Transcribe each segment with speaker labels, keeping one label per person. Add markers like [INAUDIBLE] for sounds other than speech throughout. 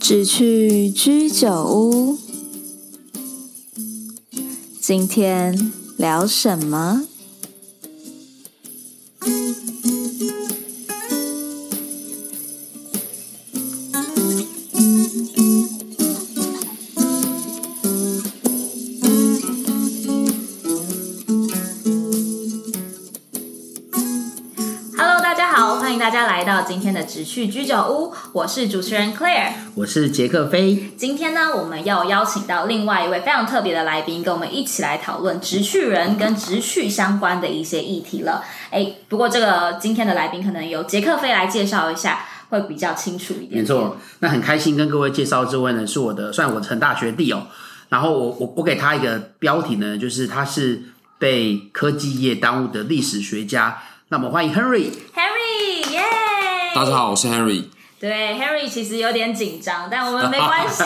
Speaker 1: 是去居酒屋。今天聊什么？
Speaker 2: Hello，大家好，欢迎大家来到今天的直趣居酒屋，我是主持人 Claire。
Speaker 3: 我是杰克飞，
Speaker 2: 今天呢，我们要邀请到另外一位非常特别的来宾，跟我们一起来讨论直趣人跟直趣相关的一些议题了。哎，不过这个今天的来宾可能由杰克飞来介绍一下，会比较清楚一点。
Speaker 3: 没错。那很开心跟各位介绍这位呢，是我的算我的成大学弟哦。然后我我我给他一个标题呢，就是他是被科技业耽误的历史学家。那么欢迎 Henry，
Speaker 2: ，Harry，耶、
Speaker 3: 啊
Speaker 4: 大家好，我是 Henry。
Speaker 2: 对，Harry 其实有点紧张，但
Speaker 3: [LAUGHS]
Speaker 2: 我们没关系，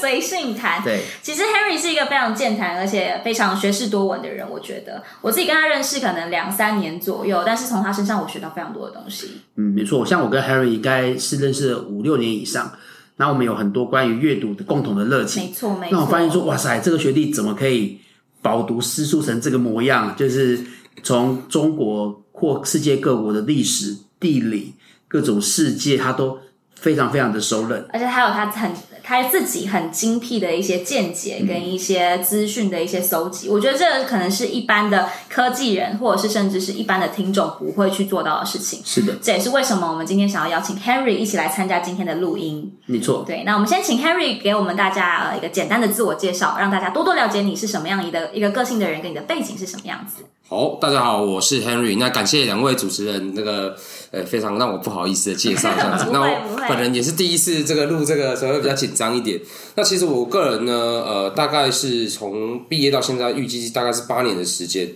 Speaker 2: 随性谈。
Speaker 3: 对，
Speaker 2: 其实 Harry 是一个非常健谈，而且非常学识多闻的人。我觉得我自己跟他认识可能两三年左右，但是从他身上我学到非常多的东西。
Speaker 3: 嗯，没错，像我跟 Henry 应该是认识了五六年以上，那我们有很多关于阅读的共同的热
Speaker 2: 没
Speaker 3: 情。
Speaker 2: 错，没错。
Speaker 3: 那我发现说，哇塞，这个学弟怎么可以饱读诗书成这个模样？啊就是从中国或世界各国的历史、地理、各种世界，他都非常非常的熟稔。
Speaker 2: 而且还有他很他自己很精辟的一些见解跟一些资讯的一些搜集，我觉得这个可能是一般的科技人或者是甚至是一般的听众不会去做到的事情。
Speaker 3: 是的，
Speaker 2: 这也是为什么我们今天想要邀请 Henry 一起来参加今天的录音。
Speaker 3: 没错。
Speaker 2: 对，那我们先请 Henry 给我们大家呃一个简单的自我介绍，让大家多多了解你是什么样一个一个个性的人，跟你的背景是什么样子。
Speaker 4: 好，大家好，我是 Henry。那感谢两位主持人那个呃非常让我不好意思的介绍这样子
Speaker 2: [LAUGHS] 不。会
Speaker 4: 那
Speaker 2: 不
Speaker 4: 我
Speaker 2: 会
Speaker 4: 本人也是第一次这个录这个，所以会比较紧张一点。那其实我个人呢，呃，大概是从毕业到现在，预计大概是八年的时间。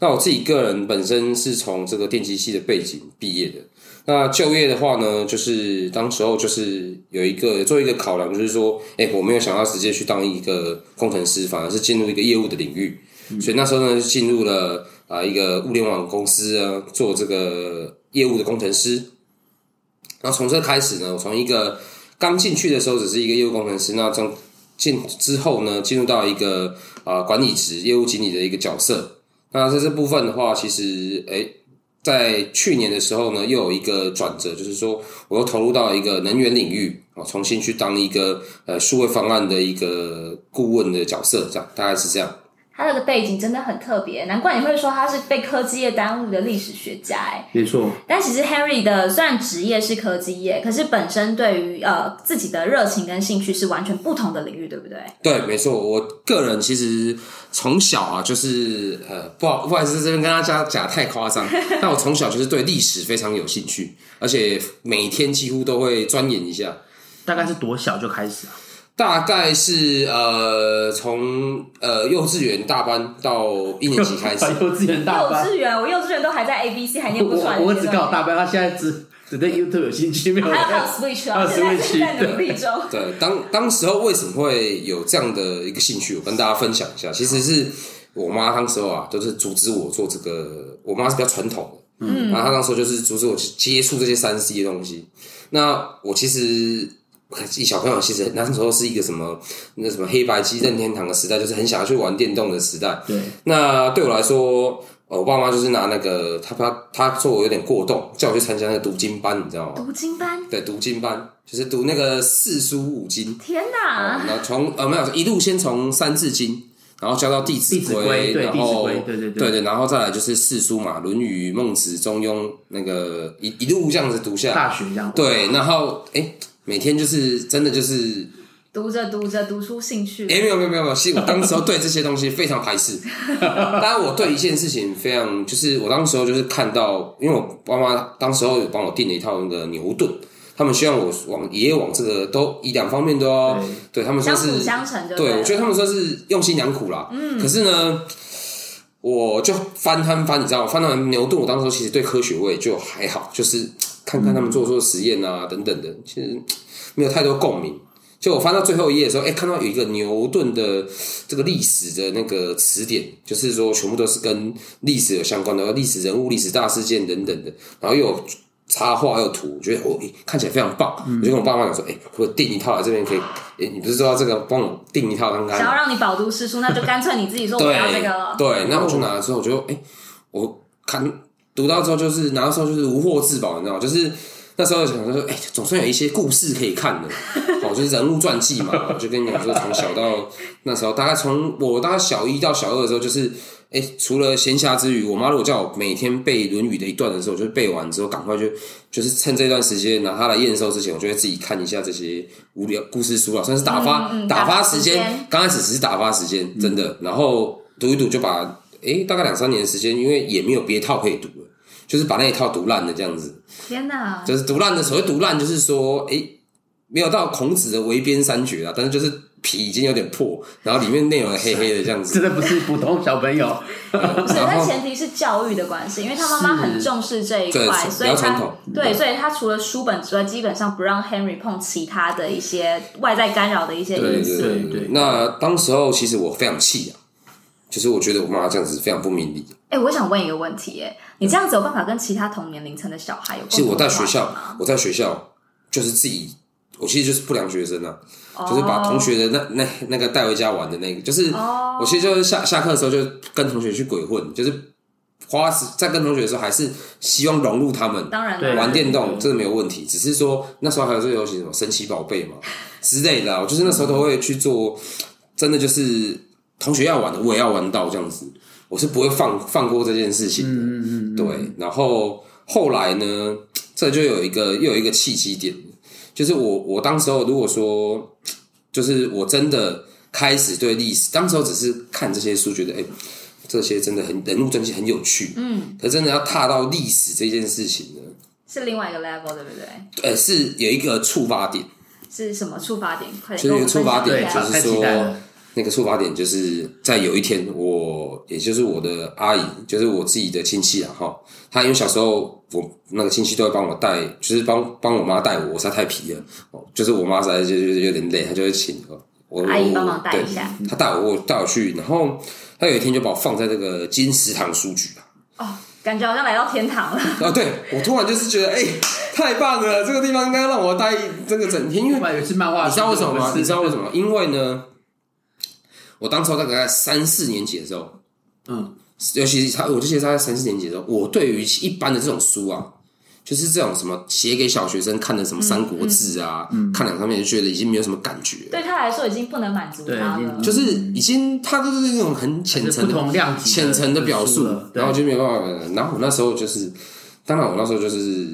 Speaker 4: 那我自己个人本身是从这个电机系的背景毕业的。那就业的话呢，就是当时候就是有一个做一个考量，就是说，哎、我没有想要直接去当一个工程师，反而是进入一个业务的领域。所以那时候呢，就进入了啊、一个物联网公司啊，做这个业务的工程师。然后从这开始呢，我从一个刚进去的时候只是一个业务工程师，那从进之后呢，进入到一个啊、管理职、业务经理的一个角色。那在这部分的话，其实诶、在去年的时候呢，又有一个转折，就是说我又投入到一个能源领域啊，重新去当一个呃数位方案的一个顾问的角色，这样大概是这样。
Speaker 2: 他的背景真的很特别，难怪你会说他是被科技业耽误的历史学家、哎，
Speaker 3: 没错，
Speaker 2: 但其实 Henry 的虽然职业是科技业，可是本身对于呃自己的热情跟兴趣是完全不同的领域，对不对？
Speaker 4: 对，没错，我个人其实从小啊，就是呃，不好不好意思，这边跟大家讲太夸张，但我从小就是对历史非常有兴趣，而且每天几乎都会钻研一下。
Speaker 3: 大概是多小就开始啊？
Speaker 4: 大概是呃，从呃幼稚园大班到一年级
Speaker 3: [LAUGHS]
Speaker 4: 开始，
Speaker 3: 幼稚园
Speaker 2: 幼
Speaker 3: 大班，
Speaker 2: 稚园，我幼稚园都还在 A B C 还
Speaker 3: 我
Speaker 2: 念不出来
Speaker 3: 我
Speaker 2: 的
Speaker 3: 我
Speaker 2: 阶
Speaker 3: 只
Speaker 2: 段
Speaker 3: 搞大班，他现在只只对 YouTube 有兴趣，没有
Speaker 2: 还有还有
Speaker 3: 在
Speaker 2: Switch
Speaker 3: 还
Speaker 2: 啊，
Speaker 3: 有
Speaker 2: 现在
Speaker 3: Switch，
Speaker 2: 正在努力中。
Speaker 4: 对，当当时候为什么会有这样的一个兴趣，我跟大家分享一下。其实是我妈当时候啊，就是阻止我做这个，我妈是比较传统的，嗯，然后她那时候就是阻止我去接触这些三 C 的东西。那我其实。嗯以小朋友其实那时候是一个什么那什么黑白机任天堂的时代，就是很想要去玩电动的时代。
Speaker 3: 对，
Speaker 4: 那对我来说，呃我爸妈就是拿那个他他他说我有点过动，叫我去参加那个读经班，你知道吗？
Speaker 2: 读经班，
Speaker 4: 对，读经班就是读那个四书五经，
Speaker 2: 天
Speaker 4: 哦
Speaker 2: 哪！
Speaker 4: 那从呃没有一路先从三字经，然后教到弟子
Speaker 3: 弟子规对
Speaker 4: 然后
Speaker 3: 弟子规对对对
Speaker 4: 对然后再来就是四书嘛，《论语》《孟子》《中庸》，那个一一路这样子读下来，
Speaker 3: 大学这样。
Speaker 4: 对，然后哎，每天就是真的就是
Speaker 2: 读着读着读出兴趣了，
Speaker 4: 哎、没有没有没有没有，其实我当时候对这些东西非常排斥。当然，我对一件事情非常，就是我当时候就是看到，因为我爸妈当时候有帮我订了一套那个牛顿，他们希望我往也往这个都以两方面都要，对他们
Speaker 2: 相
Speaker 4: 算是
Speaker 2: 辅相成就
Speaker 4: 对，
Speaker 2: 了
Speaker 4: 我觉得他们算是用心良苦啦。嗯，可是呢，我就翻他们翻，你知道吗？翻到牛顿，我当时候其实对科学我也就还好，就是看看他们做做实验啊等等的，其实没有太多共鸣。就我翻到最后一页的时候，哎、看到有一个牛顿的这个历史的那个词典，就是说全部都是跟历史有相关的，历史人物、历史大事件等等的，然后又有插画还有图，我觉得哦、诶看起来非常棒，我就跟我爸妈讲说，哎、我订一套来这边可以，诶你不是说要这个帮我订一套看看
Speaker 2: 想
Speaker 4: 吗？
Speaker 2: 要让你饱读诗书，那就干脆你自己说我
Speaker 4: 对
Speaker 2: 要这个了。
Speaker 4: 对，那我就拿了之后，我就哎、诶我看读到之后就是拿到之后就是无获至宝，你知道吗？就是那时候想说，哎、总算有一些故事可以看的，哦，就是人物传记嘛，我就跟你讲说，从小到那时候，大概从我大概小一到小二的时候，就是。哎、除了闲暇之余，我妈如果叫我每天背《论语》的一段的时候，我就背完之后赶快就就是趁这段时间拿它来验收之前，我就会自己看一下这些无聊故事书啊，算是打发、
Speaker 2: 嗯嗯
Speaker 4: 打
Speaker 2: 打
Speaker 4: 发
Speaker 2: 发
Speaker 4: 时
Speaker 2: 时
Speaker 4: 间
Speaker 2: 间。嗯
Speaker 4: 刚开始只是打发时间，真的。然后读一读就把诶、大概两三年的时间，因为也没有别套可以读了，就是把那一套读烂了这样子。
Speaker 2: 天哪！
Speaker 4: 就是读烂的所谓读烂，就是说诶、没有到孔子的围边三绝啊，但是就是皮已经有点破，然后里面内容也黑黑的这样
Speaker 3: 真
Speaker 4: 子。
Speaker 3: 的不是普通小朋
Speaker 2: [LAUGHS]
Speaker 3: 友，
Speaker 2: 所以，
Speaker 4: 然
Speaker 2: 但
Speaker 4: 后
Speaker 2: 前提是教育的关系，因为他妈妈很重视这一
Speaker 4: 对
Speaker 2: 块，所以
Speaker 4: 比较传
Speaker 2: 他
Speaker 4: 统
Speaker 2: 对，所以他除了书本之外，基本上不让 Henry 碰其他的一些外在干扰的一些
Speaker 4: 对
Speaker 2: 因
Speaker 4: 对
Speaker 2: 素。
Speaker 4: 对
Speaker 3: 对对
Speaker 4: 那当时候其实我非常气啊，就是我觉得我妈这样子非常不明理。
Speaker 2: 哎、我想问一个问题、哎，你这样子有办法跟其他同年龄层的小孩有共
Speaker 4: 其
Speaker 2: 同
Speaker 4: 实我在
Speaker 2: 的
Speaker 4: 学
Speaker 2: 话题
Speaker 4: 校
Speaker 2: 吗？，
Speaker 4: 我在学校就是自己，我其实就是不良学生啊。
Speaker 2: 哦
Speaker 4: 就是把同学的那那那个带回家玩的那个，就是、
Speaker 2: 哦
Speaker 4: 我其实就是下下课的时候就跟同学去鬼混，就是花时在跟同学的时候还是希望融入他们，
Speaker 2: 当然
Speaker 3: 对
Speaker 2: 了
Speaker 4: 玩电动真的没有问题，只是说那时候还有这个游戏什么神奇宝 [LAUGHS] 贝嘛之类的啊，我就是那时候都会去做，真的就是同学要玩的我也要玩到这样子，我是不会放放过这件事情的。嗯嗯对，然后后来呢，这就有一个又有一个契机点，就是我我当时候如果说，就是我真的开始对历史，当时候只是看这些书，觉得哎、这些真的很人物真迹很有趣，嗯，可真的要踏到历史这件事情呢，
Speaker 2: 是另外一个 level，对不对？
Speaker 4: 呃，是有一个触发点，
Speaker 2: 是什么触发点？快点
Speaker 4: 就是
Speaker 2: 跟我
Speaker 4: 有
Speaker 2: 们分
Speaker 4: 触发
Speaker 2: 享一
Speaker 4: 点，
Speaker 2: 下，
Speaker 3: 对
Speaker 4: 就是
Speaker 3: 太期待
Speaker 4: 说
Speaker 3: 了
Speaker 4: 那个触发点就是在有一天我，也就是我的阿姨，就是我自己的亲戚啊，哈，她因为小时候我那个亲戚都会帮我带，就是帮帮我妈带我，我实在太皮了，哦就是我妈实在就是有点累，她就会请我我
Speaker 2: 阿姨帮忙带一下，
Speaker 4: 对她带我我带我去，然后她有一天就把我放在这个金石堂书局啊，
Speaker 2: 哦，感觉好像来到天堂了。
Speaker 4: 啊，对我突然就是觉得，哎、太棒了，这个地方应该让我待这个整天，因为
Speaker 3: 另外有一次漫画，
Speaker 4: 你知道为什么吗？你知道为什
Speaker 3: 么？
Speaker 4: 么吗？因为呢，我当时候大概三四年级的时候，
Speaker 3: 嗯，
Speaker 4: 尤其是他，我就记得他在三四年级的时候，我对于一般的这种书啊，就是这种什么写给小学生看的什么《三国志》啊，看两上面就觉得已经没有什么感觉了，
Speaker 2: 对他来说，已经不能满足
Speaker 3: 对
Speaker 2: 他
Speaker 3: 已
Speaker 2: 了
Speaker 3: 经。
Speaker 4: 就是已经他都是那种很浅
Speaker 3: 是不
Speaker 4: 层的
Speaker 3: 同量级的
Speaker 4: 浅层的表述
Speaker 3: 书了，对
Speaker 4: 然后就没有办法。然后我那时候就是，当然我那时候就是，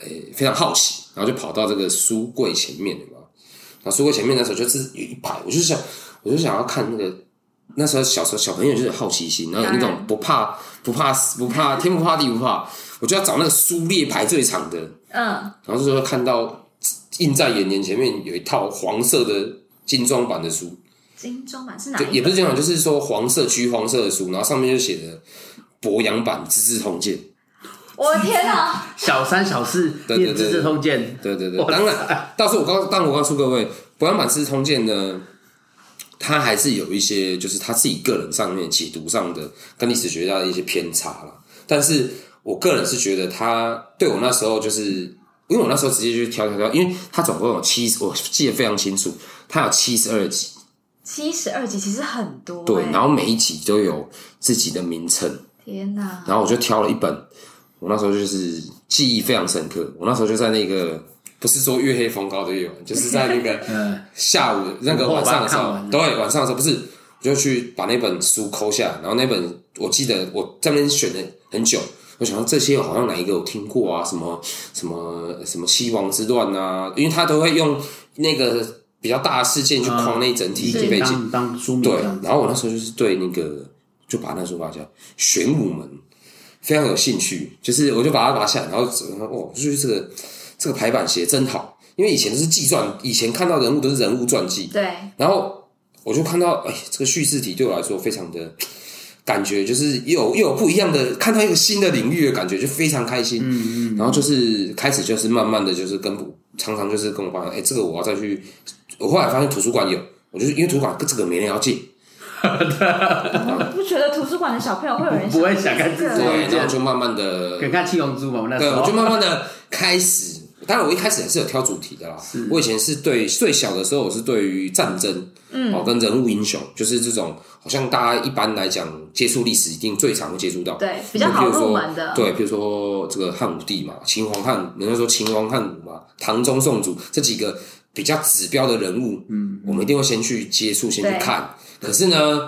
Speaker 4: 诶、非常好奇，然后就跑到这个书柜前面嘛。然后书柜前面那时候就是有一排，我就想，我就想要看那个。那时候小时候小朋友就是有好奇心，然后有那
Speaker 2: 当
Speaker 4: 种
Speaker 2: 然
Speaker 4: 不怕不怕不怕天不怕地不怕，我就要找那个书列排最长的，
Speaker 2: 嗯，
Speaker 4: 然后就说看到映在眼帘前面有一套黄色的精装版的书，
Speaker 2: 金钟满是哪
Speaker 4: 对，
Speaker 2: 一
Speaker 4: 也不
Speaker 2: 个？
Speaker 4: 是这样，就是说黄色、橘黄色的书，然后上面就写着“博洋版资治通鉴
Speaker 2: 我的天啊哪！
Speaker 3: 小三小四
Speaker 4: 对对
Speaker 3: 念《
Speaker 4: 对
Speaker 3: 资治通鉴》”。，
Speaker 4: 对对对
Speaker 3: 哇，塞
Speaker 4: 当然，到时候我告，但我告诉各位，《博洋版资治通鉴》呢，它还是有一些就是他自己个人上面解读上的跟历史学家的一些偏差啦。但是我个人是觉得他对我那时候就是。因为我那时候直接就挑挑挑，因为它总共有七十，我记得非常清楚，它有七十二集，
Speaker 2: 七十二集其实很多、
Speaker 4: 对，
Speaker 2: 哎
Speaker 4: 然后每一集都有自己的名称，
Speaker 2: 天哪！
Speaker 4: 然后我就挑了一本，我那时候就是记忆非常深刻。我那时候就在那个不是说月黑风高的夜晚，就是在那
Speaker 3: [LAUGHS]
Speaker 4: 个下午那个晚上的时
Speaker 3: 嗯午后
Speaker 4: 候
Speaker 3: 把它看完，
Speaker 4: 对，晚上的时候不是，我就去把那本书抠下来，然后那本我记得我在那边选了很久。我想到这些好像哪一个我听过啊，什么什么什么七王之乱啊，因为他都会用那个比较大的事件去框那一整体
Speaker 2: 是
Speaker 4: 背景。
Speaker 3: 嗯当当书名
Speaker 4: 对
Speaker 3: 这样，子。
Speaker 4: 然后我那时候就是对那个就把那书拿下来，玄武门非常有兴趣，就是我就把它拿下来，然后哦，就是这个这个排版写得真好，因为以前都是纪传，以前看到人物都是人物传记，
Speaker 2: 对，
Speaker 4: 然后我就看到哎，这个叙事体对我来说非常的。感觉就是又有又有不一样的，看到一个新的领域的感觉，就非常开心。嗯嗯。然后就是开始就是慢慢的就是跟常常就是跟我爸说，哎、这个我要再去。我后来发现图书馆有，我就是因为图书馆这个没人要借，
Speaker 2: 不觉得图书馆的小朋友会有人
Speaker 3: 不会想看
Speaker 2: 这
Speaker 3: 自己
Speaker 2: 个？
Speaker 4: 对，然后就慢慢的
Speaker 3: 可，能看七龙珠嘛，我们那时
Speaker 4: 对，
Speaker 3: 候
Speaker 4: 我就慢慢的开始。当然，我一开始还是有挑主题的啦。我以前是对最小的时候，我是对于战争，嗯，哦，跟人物英雄，就是这种，好像大家一般来讲接触历史，一定最常会接触到，
Speaker 2: 对比较好
Speaker 4: 就譬如说
Speaker 2: 入门的
Speaker 4: 对，比如说这个汉武帝嘛，秦皇汉，人家说秦皇汉武嘛，唐宗宋祖这几个比较指标的人物，嗯，我们一定会先去接触，先去
Speaker 2: 对
Speaker 4: 看。可是呢，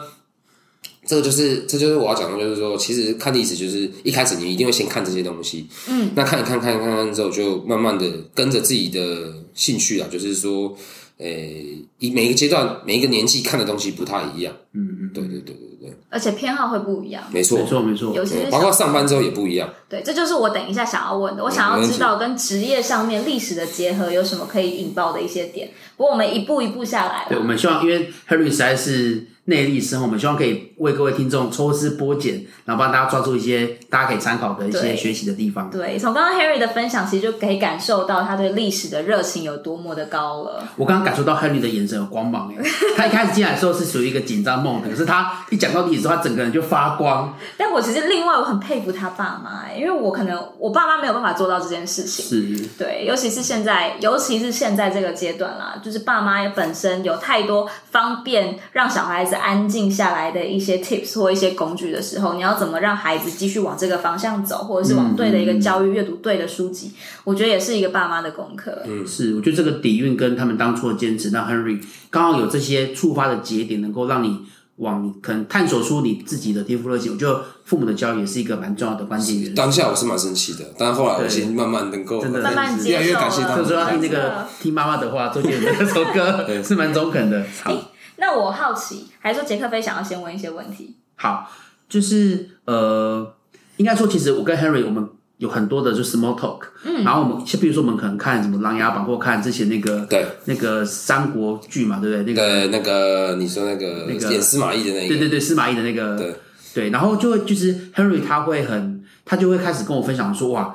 Speaker 4: 这个就是，这就是我要讲的，就是说，其实看历史就是一开始你一定会先看这些东西，嗯，那看一看，看一看，看一看之后，就慢慢的跟着自己的兴趣啊，就是说，诶、以每个阶段、每一个年纪看的东西不太一样，嗯嗯，对对对对对，
Speaker 2: 而且偏好会不一样，
Speaker 4: 没错
Speaker 3: 没，错没错，
Speaker 2: 有些
Speaker 4: 对包括上班之后也不一样，
Speaker 2: 对，这就是我等一下想要问的。我想要知道跟职业上面历史的结合有什么可以引爆的一些点。不过我们一步一步下来
Speaker 3: 对，我
Speaker 2: 了，
Speaker 3: 们希望，因为 Harry 实在是内力深厚，我们希望可以为各位听众抽丝剥茧，然后帮大家抓住一些大家可以参考的一些
Speaker 2: 对
Speaker 3: 学习的地方。
Speaker 2: 对，从刚刚 Harry 的分享，其实就可以感受到他对历史的热情有多么的高了。
Speaker 3: 我刚刚感受到 Henry 的眼神有光芒哎，他一开始进来的时候是属于一个紧张梦的，可是他一讲到历史之后，他整个人就发光。
Speaker 2: 但我其实另外我很佩服他爸妈、欸因为我可能我爸妈没有办法做到这件事情。
Speaker 3: 是，
Speaker 2: 对，尤其是现在，尤其是现在这个阶段啦，就是爸妈也本身有太多方便让小孩子安静下来的一些 tips 或一些工具的时候，你要怎么让孩子继续往这个方向走，或者是
Speaker 4: 嗯
Speaker 2: 往对的一个教育、阅读对的书籍，我觉得也是一个爸妈的功课。
Speaker 4: 嗯
Speaker 3: 是，我觉得这个底蕴跟他们当初的坚持，让 Henry 刚好有这些触发的节点，能够让你往可能探索出你自己的天赋热情。我觉得父母的教育也是一个蛮重要的关键元素。
Speaker 4: 当下我是蛮生气的，但后来我
Speaker 3: 对
Speaker 4: 已经慢慢能够
Speaker 3: 真的
Speaker 2: 慢慢
Speaker 3: 越
Speaker 2: 接
Speaker 4: 来越
Speaker 2: 受
Speaker 4: 感谢他
Speaker 2: 了。
Speaker 4: 们
Speaker 3: 这时候要听那
Speaker 2: 真
Speaker 3: 个
Speaker 2: 的
Speaker 3: 听妈妈的话，周杰伦的那首
Speaker 4: [LAUGHS]
Speaker 3: 歌是蛮中肯的。好，
Speaker 2: 那我好奇，还是说杰克飞想要先问一些问题？
Speaker 3: 好，就是呃，应该说，其实我跟 Henry 我们有很多的就 small talk，嗯，然后我们就比如说我们可能看什么《琅琊榜》或看之前那个
Speaker 4: 对
Speaker 3: 那个三国剧嘛，对不对？那个
Speaker 4: 那个那个，你说那个
Speaker 3: 那个
Speaker 4: 演司马懿的那
Speaker 3: 对
Speaker 4: 个，
Speaker 3: 对对，司马懿的那个
Speaker 4: 对
Speaker 3: 对然后就会就是 Henry 他会很，他就会开始跟我分享说哇，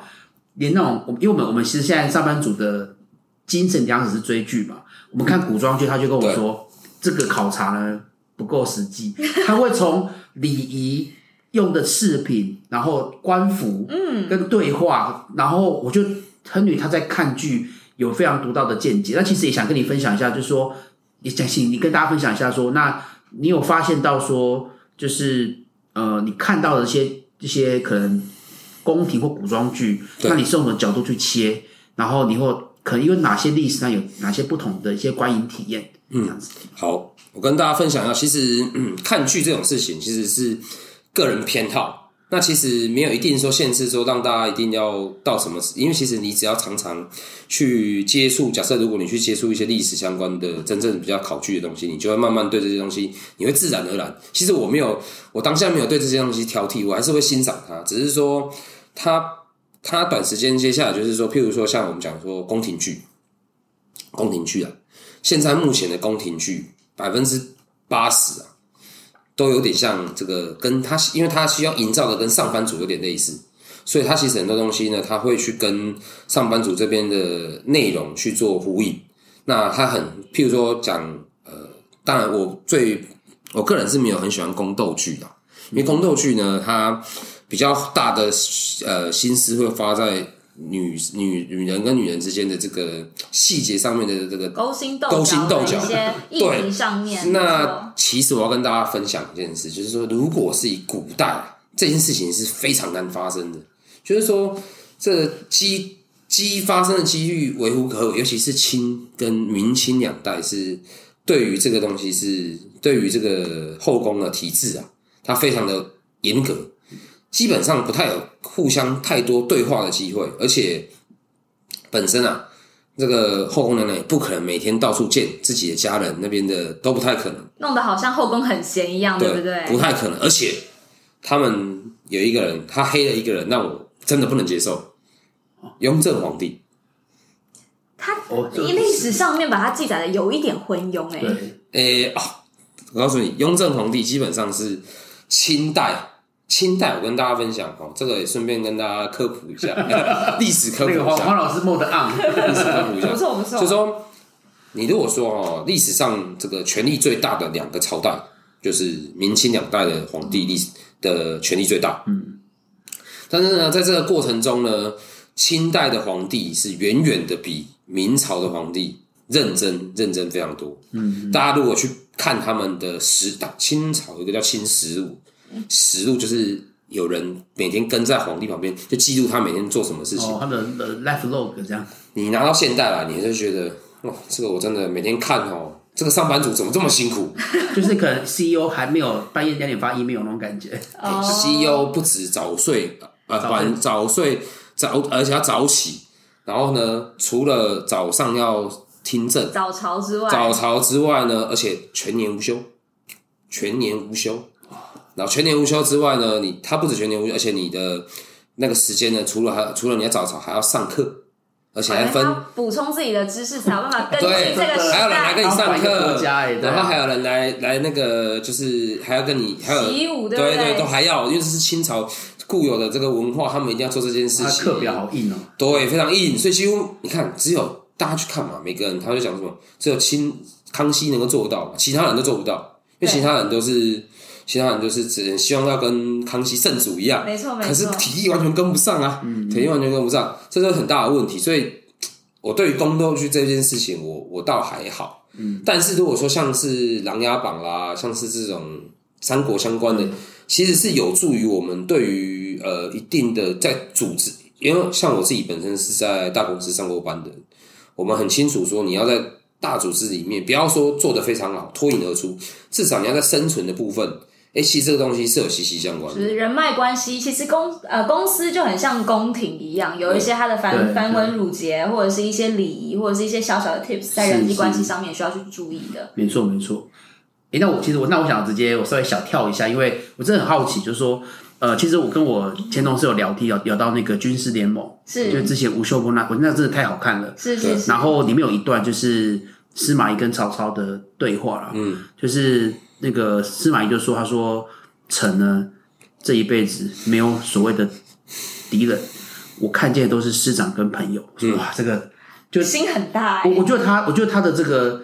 Speaker 3: 连那种因为我们我们其实现在上班族的精神粮食是追剧嘛，我们看古装剧，他就跟我说这个考察呢不够实际，他会从礼仪。用的饰品，然后官服，嗯，跟对话，然后我就 Henry 他在看剧有非常独到的见解，那其实也想跟你分享一下，就是说也想请你跟大家分享一下说，那你有发现到说，就是呃，你看到的一些这些可能宫廷或古装剧，
Speaker 4: 对
Speaker 3: 那你是用什么角度去切？然后你会可能因为哪些历史上有哪些不同的一些观影体验？嗯，这样子
Speaker 4: 好，我跟大家分享一下，其实、嗯、看剧这种事情其实是个人偏好，那其实没有一定说限制说让大家一定要到什么，因为其实你只要常常去接触，假设如果你去接触一些历史相关的真正比较考据的东西，你就会慢慢对这些东西，你会自然而然。其实我没有，我当下没有对这些东西挑剔，我还是会欣赏它，只是说它。它短时间接下来就是说，譬如说像我们讲说宫廷剧，宫廷剧啊，现在目前的宫廷剧百分之八十啊，都有点像这个跟他，因为他需要营造的跟上班族有点类似，所以他其实很多东西呢，他会去跟上班族这边的内容去做呼应。那他很，譬如说讲，呃，当然我最我个人是没有很喜欢宫斗剧的，因为宫斗剧呢，它比较大的呃心思会花在女女女人跟女人之间的这个细节上面的这个
Speaker 2: 勾心斗
Speaker 4: 勾心斗角
Speaker 2: 角的一些
Speaker 4: [LAUGHS]
Speaker 2: 议题上面，没错
Speaker 4: 那其实我要跟大家分享一件事，就是说，如果是以古代这件事情是非常难发生的，就是说，这个机机发生的几率微乎可微，尤其是清跟明清两代是对于这个东西是对于这个后宫的体制啊，它非常的严格，基本上不太有互相太多对话的机会，而且本身啊，这个后宫娘娘也不可能每天到处见自己的家人，那边的都不太可能，
Speaker 2: 弄得好像后宫很闲一样，哦对不对？
Speaker 4: 太可能。而且他们有一个人，他黑了一个人，让我真的不能接受。雍正皇帝，
Speaker 2: 他
Speaker 3: 哦这个
Speaker 2: 你历史上面把它记载的有一点昏庸哎、
Speaker 3: 对，
Speaker 4: 诶、哦，我告诉你，雍正皇帝基本上是清代。清代，我跟大家分享哦，这个也顺便跟大家科普一下历史科
Speaker 3: 那
Speaker 4: 普一
Speaker 3: 个
Speaker 4: 下。
Speaker 3: 黄黄老师 [LAUGHS] 啊 mode
Speaker 4: [LAUGHS]
Speaker 3: on，
Speaker 4: 历史科普一下，
Speaker 2: 不错不错
Speaker 4: 就说你如果说哦，历史上这个权力最大的两个朝代，就是明清两代的皇帝历的权力最大。嗯，但是呢，在这个过程中呢，清代的皇帝是远远的比明朝的皇帝认真认真非常多。嗯，大家如果去看他们的实，清朝有一个叫清实录，实录就是有人每天跟在皇帝旁边，就记录他每天做什么事情
Speaker 3: 哦，。他的的 life log 这样，
Speaker 4: 你拿到现代了，你就觉得哇，这个我真的每天看哦，这个上班族怎么这么辛苦？
Speaker 3: 就是可能 CEO 还没有半夜两点发 email 那种感觉，
Speaker 2: 哦
Speaker 4: CEO E 不止早睡，呃，
Speaker 3: 早
Speaker 4: 晚早睡早，而且要早起。然后呢，除了早上要听证、
Speaker 2: 早朝之外，
Speaker 4: 早朝之外呢，而且全年无休，全年无休。然后全年无休之外呢，你他不止全年无休，而且你的那个时间呢，除了还除了你要早朝，还要上课，而且还分
Speaker 2: 他补充自己的知识才有办法跟进
Speaker 4: 对
Speaker 2: 这个时
Speaker 4: 还有人来
Speaker 2: 代哦
Speaker 4: 跟你
Speaker 3: 当
Speaker 4: 上
Speaker 3: 一个
Speaker 4: 课，
Speaker 3: 国家哎对啊
Speaker 4: 然后还有人来来那个，就是还要跟你还有
Speaker 2: 习武，
Speaker 4: 对
Speaker 2: 对不对
Speaker 4: 都还要，因为这是清朝固有的这个文化，他们一定要做这件事
Speaker 3: 他的
Speaker 4: 情。
Speaker 3: 课表好硬哦，
Speaker 4: 对，非常硬，所以几乎你看，只有大家去看嘛，每个人他就讲什么，只有清康熙能够做到嘛，其他人都做不到，因为
Speaker 2: 对
Speaker 4: 其他人都是其他人就是只能希望要跟康熙圣祖一样，
Speaker 2: 没错没错嗯
Speaker 4: 可是体力完全跟不上啊，体力完全跟不上，这是很大的问题。所以，我对于宫斗剧这件事情，我我倒还好，嗯，但是如果说像是《琅琊榜》啦，像是这种三国相关的，
Speaker 2: 嗯
Speaker 4: 其实是有助于我们对于呃一定的在组织，因为像我自己本身是在大公司上过班的，我们很清楚说你要在大组织里面，不要说做得非常好，脱颖而出，至少你要在生存的部分，哎，其实这个东西是有息息相关
Speaker 2: 就
Speaker 4: 的。
Speaker 2: 是人脉关系，其实公呃公司就很像宫廷一样，有一些它的繁
Speaker 3: 对
Speaker 2: 繁文缛节，或者是一些礼仪，或者是一些小小的 tips，在人际关系上面需要去注意的。
Speaker 3: 没错没错。诶，那我其实我那我想直接我稍微小跳一下，因为我真的很好奇，就是说，呃，其实我跟我前同事有聊天，有聊到那个军事联盟，
Speaker 2: 是
Speaker 3: 就是之前吴秀波那，我那真的太好看了。
Speaker 2: 是
Speaker 4: 对
Speaker 2: 是是，
Speaker 3: 然后里面有一段就是司马懿跟曹操的对话啦，
Speaker 4: 嗯，
Speaker 3: 就是那个司马懿就说，他说臣呢这一辈子没有所谓的敌人，我看见的都是师长跟朋友。我说哇，这个
Speaker 2: 心很大、
Speaker 3: 我
Speaker 2: 欸，
Speaker 3: 我觉得他，我觉得他的这个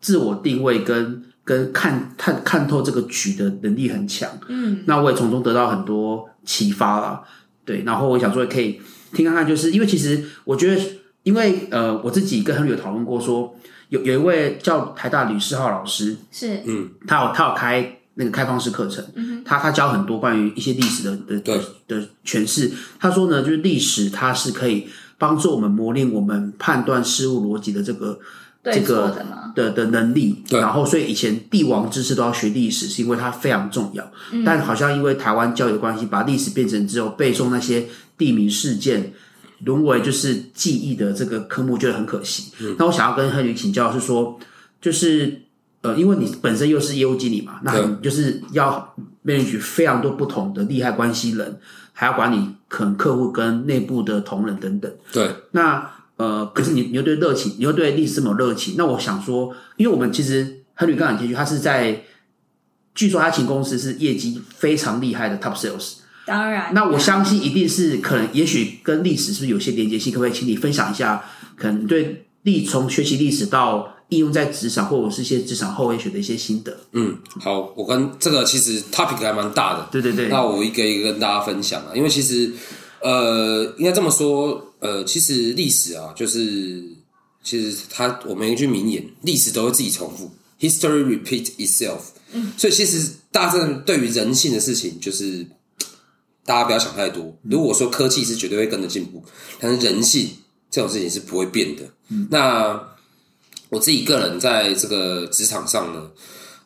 Speaker 3: 自我定位跟跟看看看透这个局的能力很强。
Speaker 2: 嗯，
Speaker 3: 那我也从中得到很多启发啦。对，然后我想说也可以听看看，就是因为其实我觉得，因为呃，我自己跟亨利有讨论过说有有一位叫台大吕世浩老师，
Speaker 2: 是
Speaker 3: 他有他有开那个开放式课程，
Speaker 2: 嗯
Speaker 3: 他他教很多关于一些历史的的
Speaker 4: 对
Speaker 3: 的的诠释。他说呢，就是历史它是可以帮助我们磨练我们判断事物逻辑的这个
Speaker 2: 对
Speaker 3: 这
Speaker 2: 错
Speaker 3: 个
Speaker 2: 的嘛，
Speaker 3: 的的能力。
Speaker 4: 对
Speaker 3: 然后所以以前帝王之士都要学历史，是因为它非常重要。
Speaker 2: 嗯
Speaker 3: 但好像因为台湾教育的关系，把历史变成只有背诵那些地名事件。沦为就是记忆的这个科目，觉得很可惜。那我想要跟亨宇请教的是说，就是呃，因为你本身又是业务经理嘛，那
Speaker 4: 对
Speaker 3: 你就是要 manage 非常多不同的利害关系人，还要管理可能客户跟内部的同仁等等。
Speaker 4: 对，
Speaker 3: 那呃，可是你你又对热情，你又对历史这么有热情。那我想说，因为我们其实亨利刚刚提去，他是在，据说他请公司是业绩非常厉害的 top sales。
Speaker 2: 当然。
Speaker 3: 那我相信一定是可能，也许跟历史是不是有些连接性？可不可以请你分享一下，可能对历从学习历史到应用在职场，或者是一些职场后会学的一些心得？
Speaker 4: 嗯，好，我跟这个其实 topic 还蛮大的，
Speaker 3: 对对对，
Speaker 4: 那我一个一个跟大家分享啊，因为其实呃，应该这么说，呃，其实历史啊，就是其实它我们有一句名言，历史都会自己重复，history repeat itself。嗯，所以其实大正对于人性的事情，就是大家不要想太多。如果说科技是绝对会跟着进步，但是人性这种事情是不会变的。那我自己个人在这个职场上呢，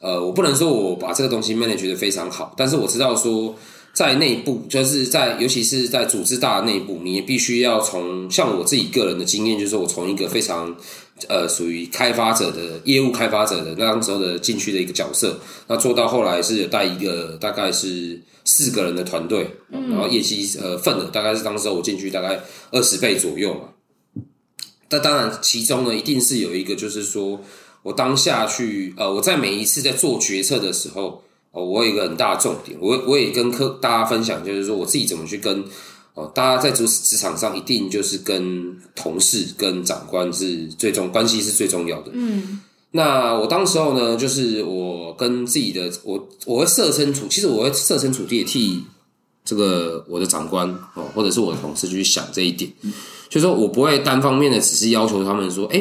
Speaker 4: 呃，我不能说我把这个东西 manage 的非常好，但是我知道说，在内部，就是在尤其是在组织大的内部，你也必须要从像我自己个人的经验，就是我从一个非常呃属于开发者的业务开发者的那时候的进去的一个角色，那做到后来是有带一个大概是四个人的团队，然后业绩呃份额大概是当时候我进去大概二十倍左右嘛。那当然，其中呢一定是有一个，就是说我当下去呃，我在每一次在做决策的时候，哦，我有一个很大的重点，我我也跟客大家分享，就是说我自己怎么去跟哦，大家在职职场上一定就是跟同事、跟长官是最重关系是最重要的。
Speaker 2: 嗯，
Speaker 4: 那我当时候呢，就是我跟自己的我，我会设身处，其实我会设身处地替这个我的长官哦，或者是我的同事去想这一点，就是说我不会单方面的只是要求他们说，哎、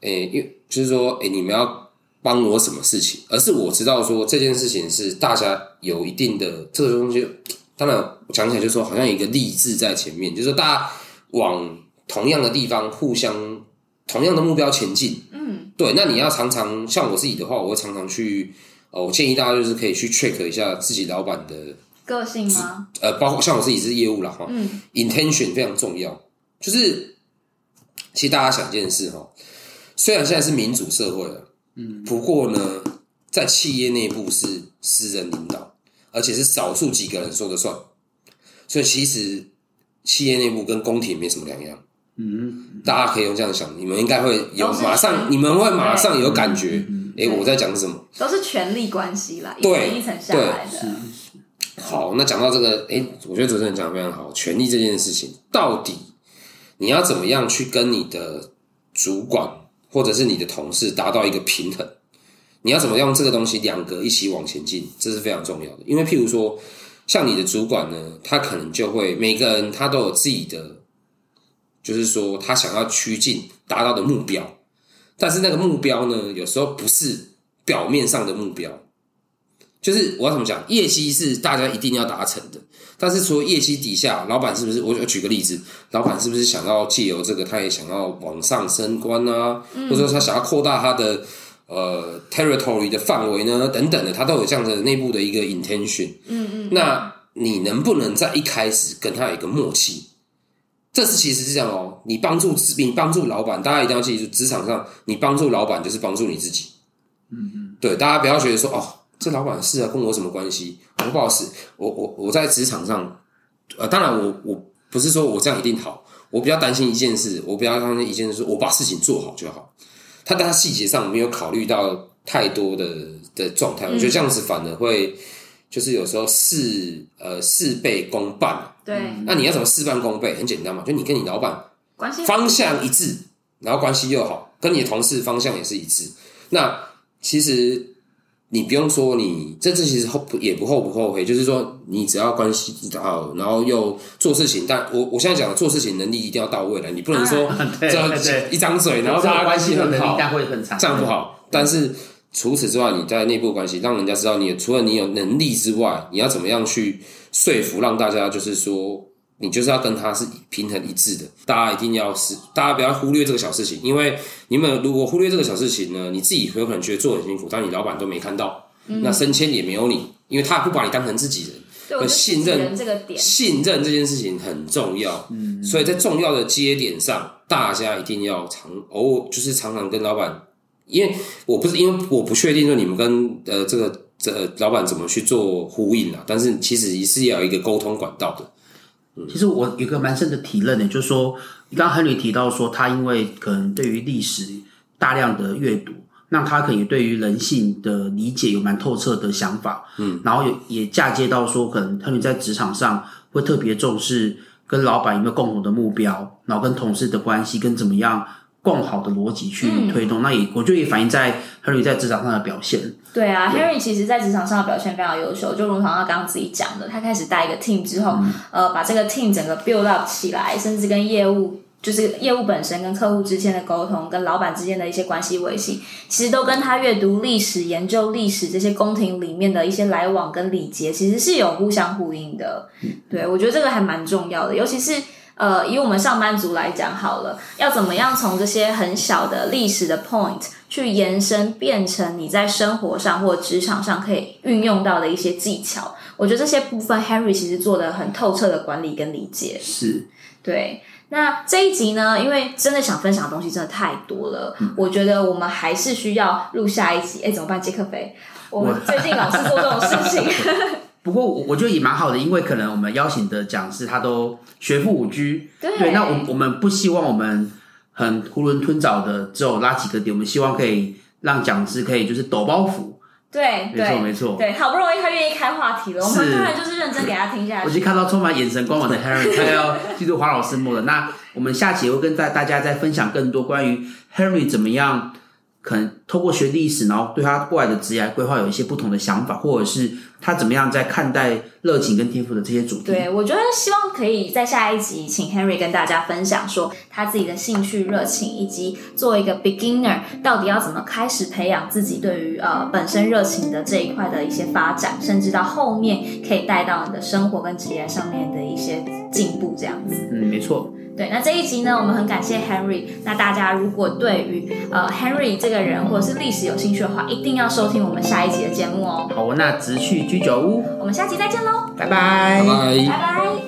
Speaker 4: 哎、因为就是说，哎、你们要帮我什么事情，而是我知道说这件事情是大家有一定的这个东西，当然我讲起来就是说，好像有一个励志在前面，就是说大家往同样的地方互相同样的目标前进。
Speaker 2: 嗯，
Speaker 4: 对，那你要常常像我自己的话，我会常常去，呃，我建议大家就是可以去 check 一下自己老板的，
Speaker 2: 个性吗？
Speaker 4: 呃，包括像我自己是业务啦哈、
Speaker 2: 嗯
Speaker 4: i n t e n t i o n 非常重要。就是其实大家想一件事哈、哦虽然现在是民主社会了，嗯，不过呢，在企业内部是私人领导，而且是少数几个人说了算，所以其实企业内部跟公体没什么两样。
Speaker 3: 嗯，
Speaker 4: 大家可以用这样想，你们应该会有
Speaker 2: 都是
Speaker 4: 马上，
Speaker 2: 权
Speaker 4: 你们会马上有感觉，
Speaker 3: 嗯
Speaker 4: 诶、我在讲什么？
Speaker 2: 都是权力关系啦，一
Speaker 4: 对
Speaker 2: 层一层下来的。嗯
Speaker 4: 好，那讲到这个，诶、我觉得主持人讲的非常好，权力这件事情，到底你要怎么样去跟你的主管或者是你的同事达到一个平衡？你要怎么用这个东西两个一起往前进，这是非常重要的。因为譬如说，像你的主管呢，他可能就会每个人他都有自己的，就是说他想要趋近达到的目标，但是那个目标呢，有时候不是表面上的目标，就是我要怎么讲，业绩是大家一定要达成的，但是除了业绩底下，老板是不是？我我举个例子，老板是不是想要借由这个，他也想要往上升官啊，或者说他想要扩大他的呃 territory 的范围呢？等等的，他都有这样的内部的一个 intention。
Speaker 2: 嗯嗯，
Speaker 4: 那你能不能在一开始跟他有一个默契？这是其实是这样哦，你帮助自你帮助老板，大家一定要记住，职场上你帮助老板就是帮助你自己。嗯嗯，对，大家不要觉得说哦，这老板的事啊跟我有什么关系？我不好使，我我我在职场上，呃，当然我我不是说我这样一定好，我比较担心一件事，我比较担心一件事，是我把事情做好就好。他在他细节上没有考虑到太多的的状态，我觉得这样子反而会。就是有时候事呃事倍功半啊，
Speaker 2: 对，
Speaker 4: 那你要怎么事半功倍？很简单嘛，就你跟你老板
Speaker 2: 关系
Speaker 4: 方向一致，然后关系又好，跟你的同事方向也是一致。那其实你不用说你这这其实后也不后不后悔，就是说你只要关系好，然后又做事情，但我我现在讲的做事情能力一定要到位了，你不能说
Speaker 3: 嗯
Speaker 4: 这
Speaker 3: 对
Speaker 4: 样
Speaker 3: 对对
Speaker 4: 一张嘴，然后
Speaker 3: 这
Speaker 4: 大
Speaker 3: 样关
Speaker 4: 家关
Speaker 3: 系
Speaker 4: 系
Speaker 3: 很
Speaker 4: 很好，
Speaker 3: 但会很长，
Speaker 4: 这样不好。但是除此之外，你在内部关系让人家知道你有除了你有能力之外，你要怎么样去说服让大家就是说你就是要跟他是平衡一致的。大家一定要是大家不要忽略这个小事情，因为你们如果忽略这个小事情呢，你自己很有可能觉得做得很辛苦，但你老板都没看到，那升迁也没有你，因为他不把你当成自己人。
Speaker 2: 对我觉得
Speaker 4: 信任
Speaker 2: 自己人这个点，
Speaker 4: 信任这件事情很重要，嗯，所以在重要的节点上，大家一定要常偶尔就是常常跟老板，因为我不是因为我不确定说你们跟呃这个这个老板怎么去做呼应啊，但是其实是要有一个沟通管道的，
Speaker 3: 其实我有个蛮深的体认的，就是说，刚刚 Henry 提到说，他因为可能对于历史大量的阅读，那他可能也对于人性的理解有蛮透彻的想法，嗯，然后也也嫁接到说，可能 Henry 在职场上会特别重视跟老板有没有共同的目标，然后跟同事的关系，跟怎么样共好的逻辑去推动，那也我觉得也反映在 Henry 在职场上的表现，
Speaker 2: 对啊，Henry 其实在职场上的表现非常优秀，就如同他刚刚自己讲的，他开始带一个 team 之后，
Speaker 4: 嗯
Speaker 2: 呃，把这个 team 整个 build up 起来，甚至跟业务。就是业务本身跟客户之间的沟通，跟老板之间的一些关系维系，其实都跟他阅读历史、研究历史这些宫廷里面的一些来往跟礼节，其实是有互相呼应的。
Speaker 4: 嗯
Speaker 2: 对，我觉得这个还蛮重要的，尤其是呃，以我们上班族来讲好了，要怎么样从这些很小的历史的 point 去延伸，变成你在生活上或职场上可以运用到的一些技巧。我觉得这些部分，Harry 其实做的很透彻的管理跟理解。
Speaker 3: 是
Speaker 2: 对，那这一集呢，因为真的想分享的东西真的太多了，
Speaker 3: 嗯
Speaker 2: 我觉得我们还是需要录下一集。哎，怎么办，杰克肥？我们最近老是做这种事情。
Speaker 3: [LAUGHS] 不过我我觉得也蛮好的，因为可能我们邀请的讲师他都学富五车，
Speaker 2: 对
Speaker 3: 那我我们不希望我们很囫囵吞枣的只有拉几个点，我们希望可以让讲师可以就是抖包袱，
Speaker 2: 对，
Speaker 3: 没错
Speaker 2: 对
Speaker 3: 没错。
Speaker 2: 对，好不容易他愿意开话题了，我们
Speaker 3: 是
Speaker 2: 当然就是认真给他听下
Speaker 3: 我已
Speaker 2: 去。
Speaker 3: 经看到充满眼神光芒的
Speaker 2: [LAUGHS]
Speaker 3: Henry，他要进入华老师梦了。那我们下期也会跟大大家再分享更多关于 Henry 怎么样可能透过学历史，然后对他未来的职业规划有一些不同的想法，或者是他怎么样在看待热情跟天赋的这些主题。
Speaker 2: 对，我觉得希望可以在下一集请 Henry 跟大家分享说他自己的兴趣热情，以及作为一个 beginner 到底要怎么开始培养自己对于呃本身热情的这一块的一些发展，甚至到后面可以带到你的生活跟职业上面的一些进步这样子。
Speaker 3: 嗯，没错。
Speaker 2: 对，那这一集呢，我们很感谢 Henry。那大家如果对于呃 Henry 这个人或者是历史有兴趣的话，一定要收听我们下一集的节目哦。
Speaker 3: 好，那直去居酒屋，
Speaker 2: 我们下期再见喽，
Speaker 3: 拜拜
Speaker 4: 拜拜。
Speaker 2: 拜拜。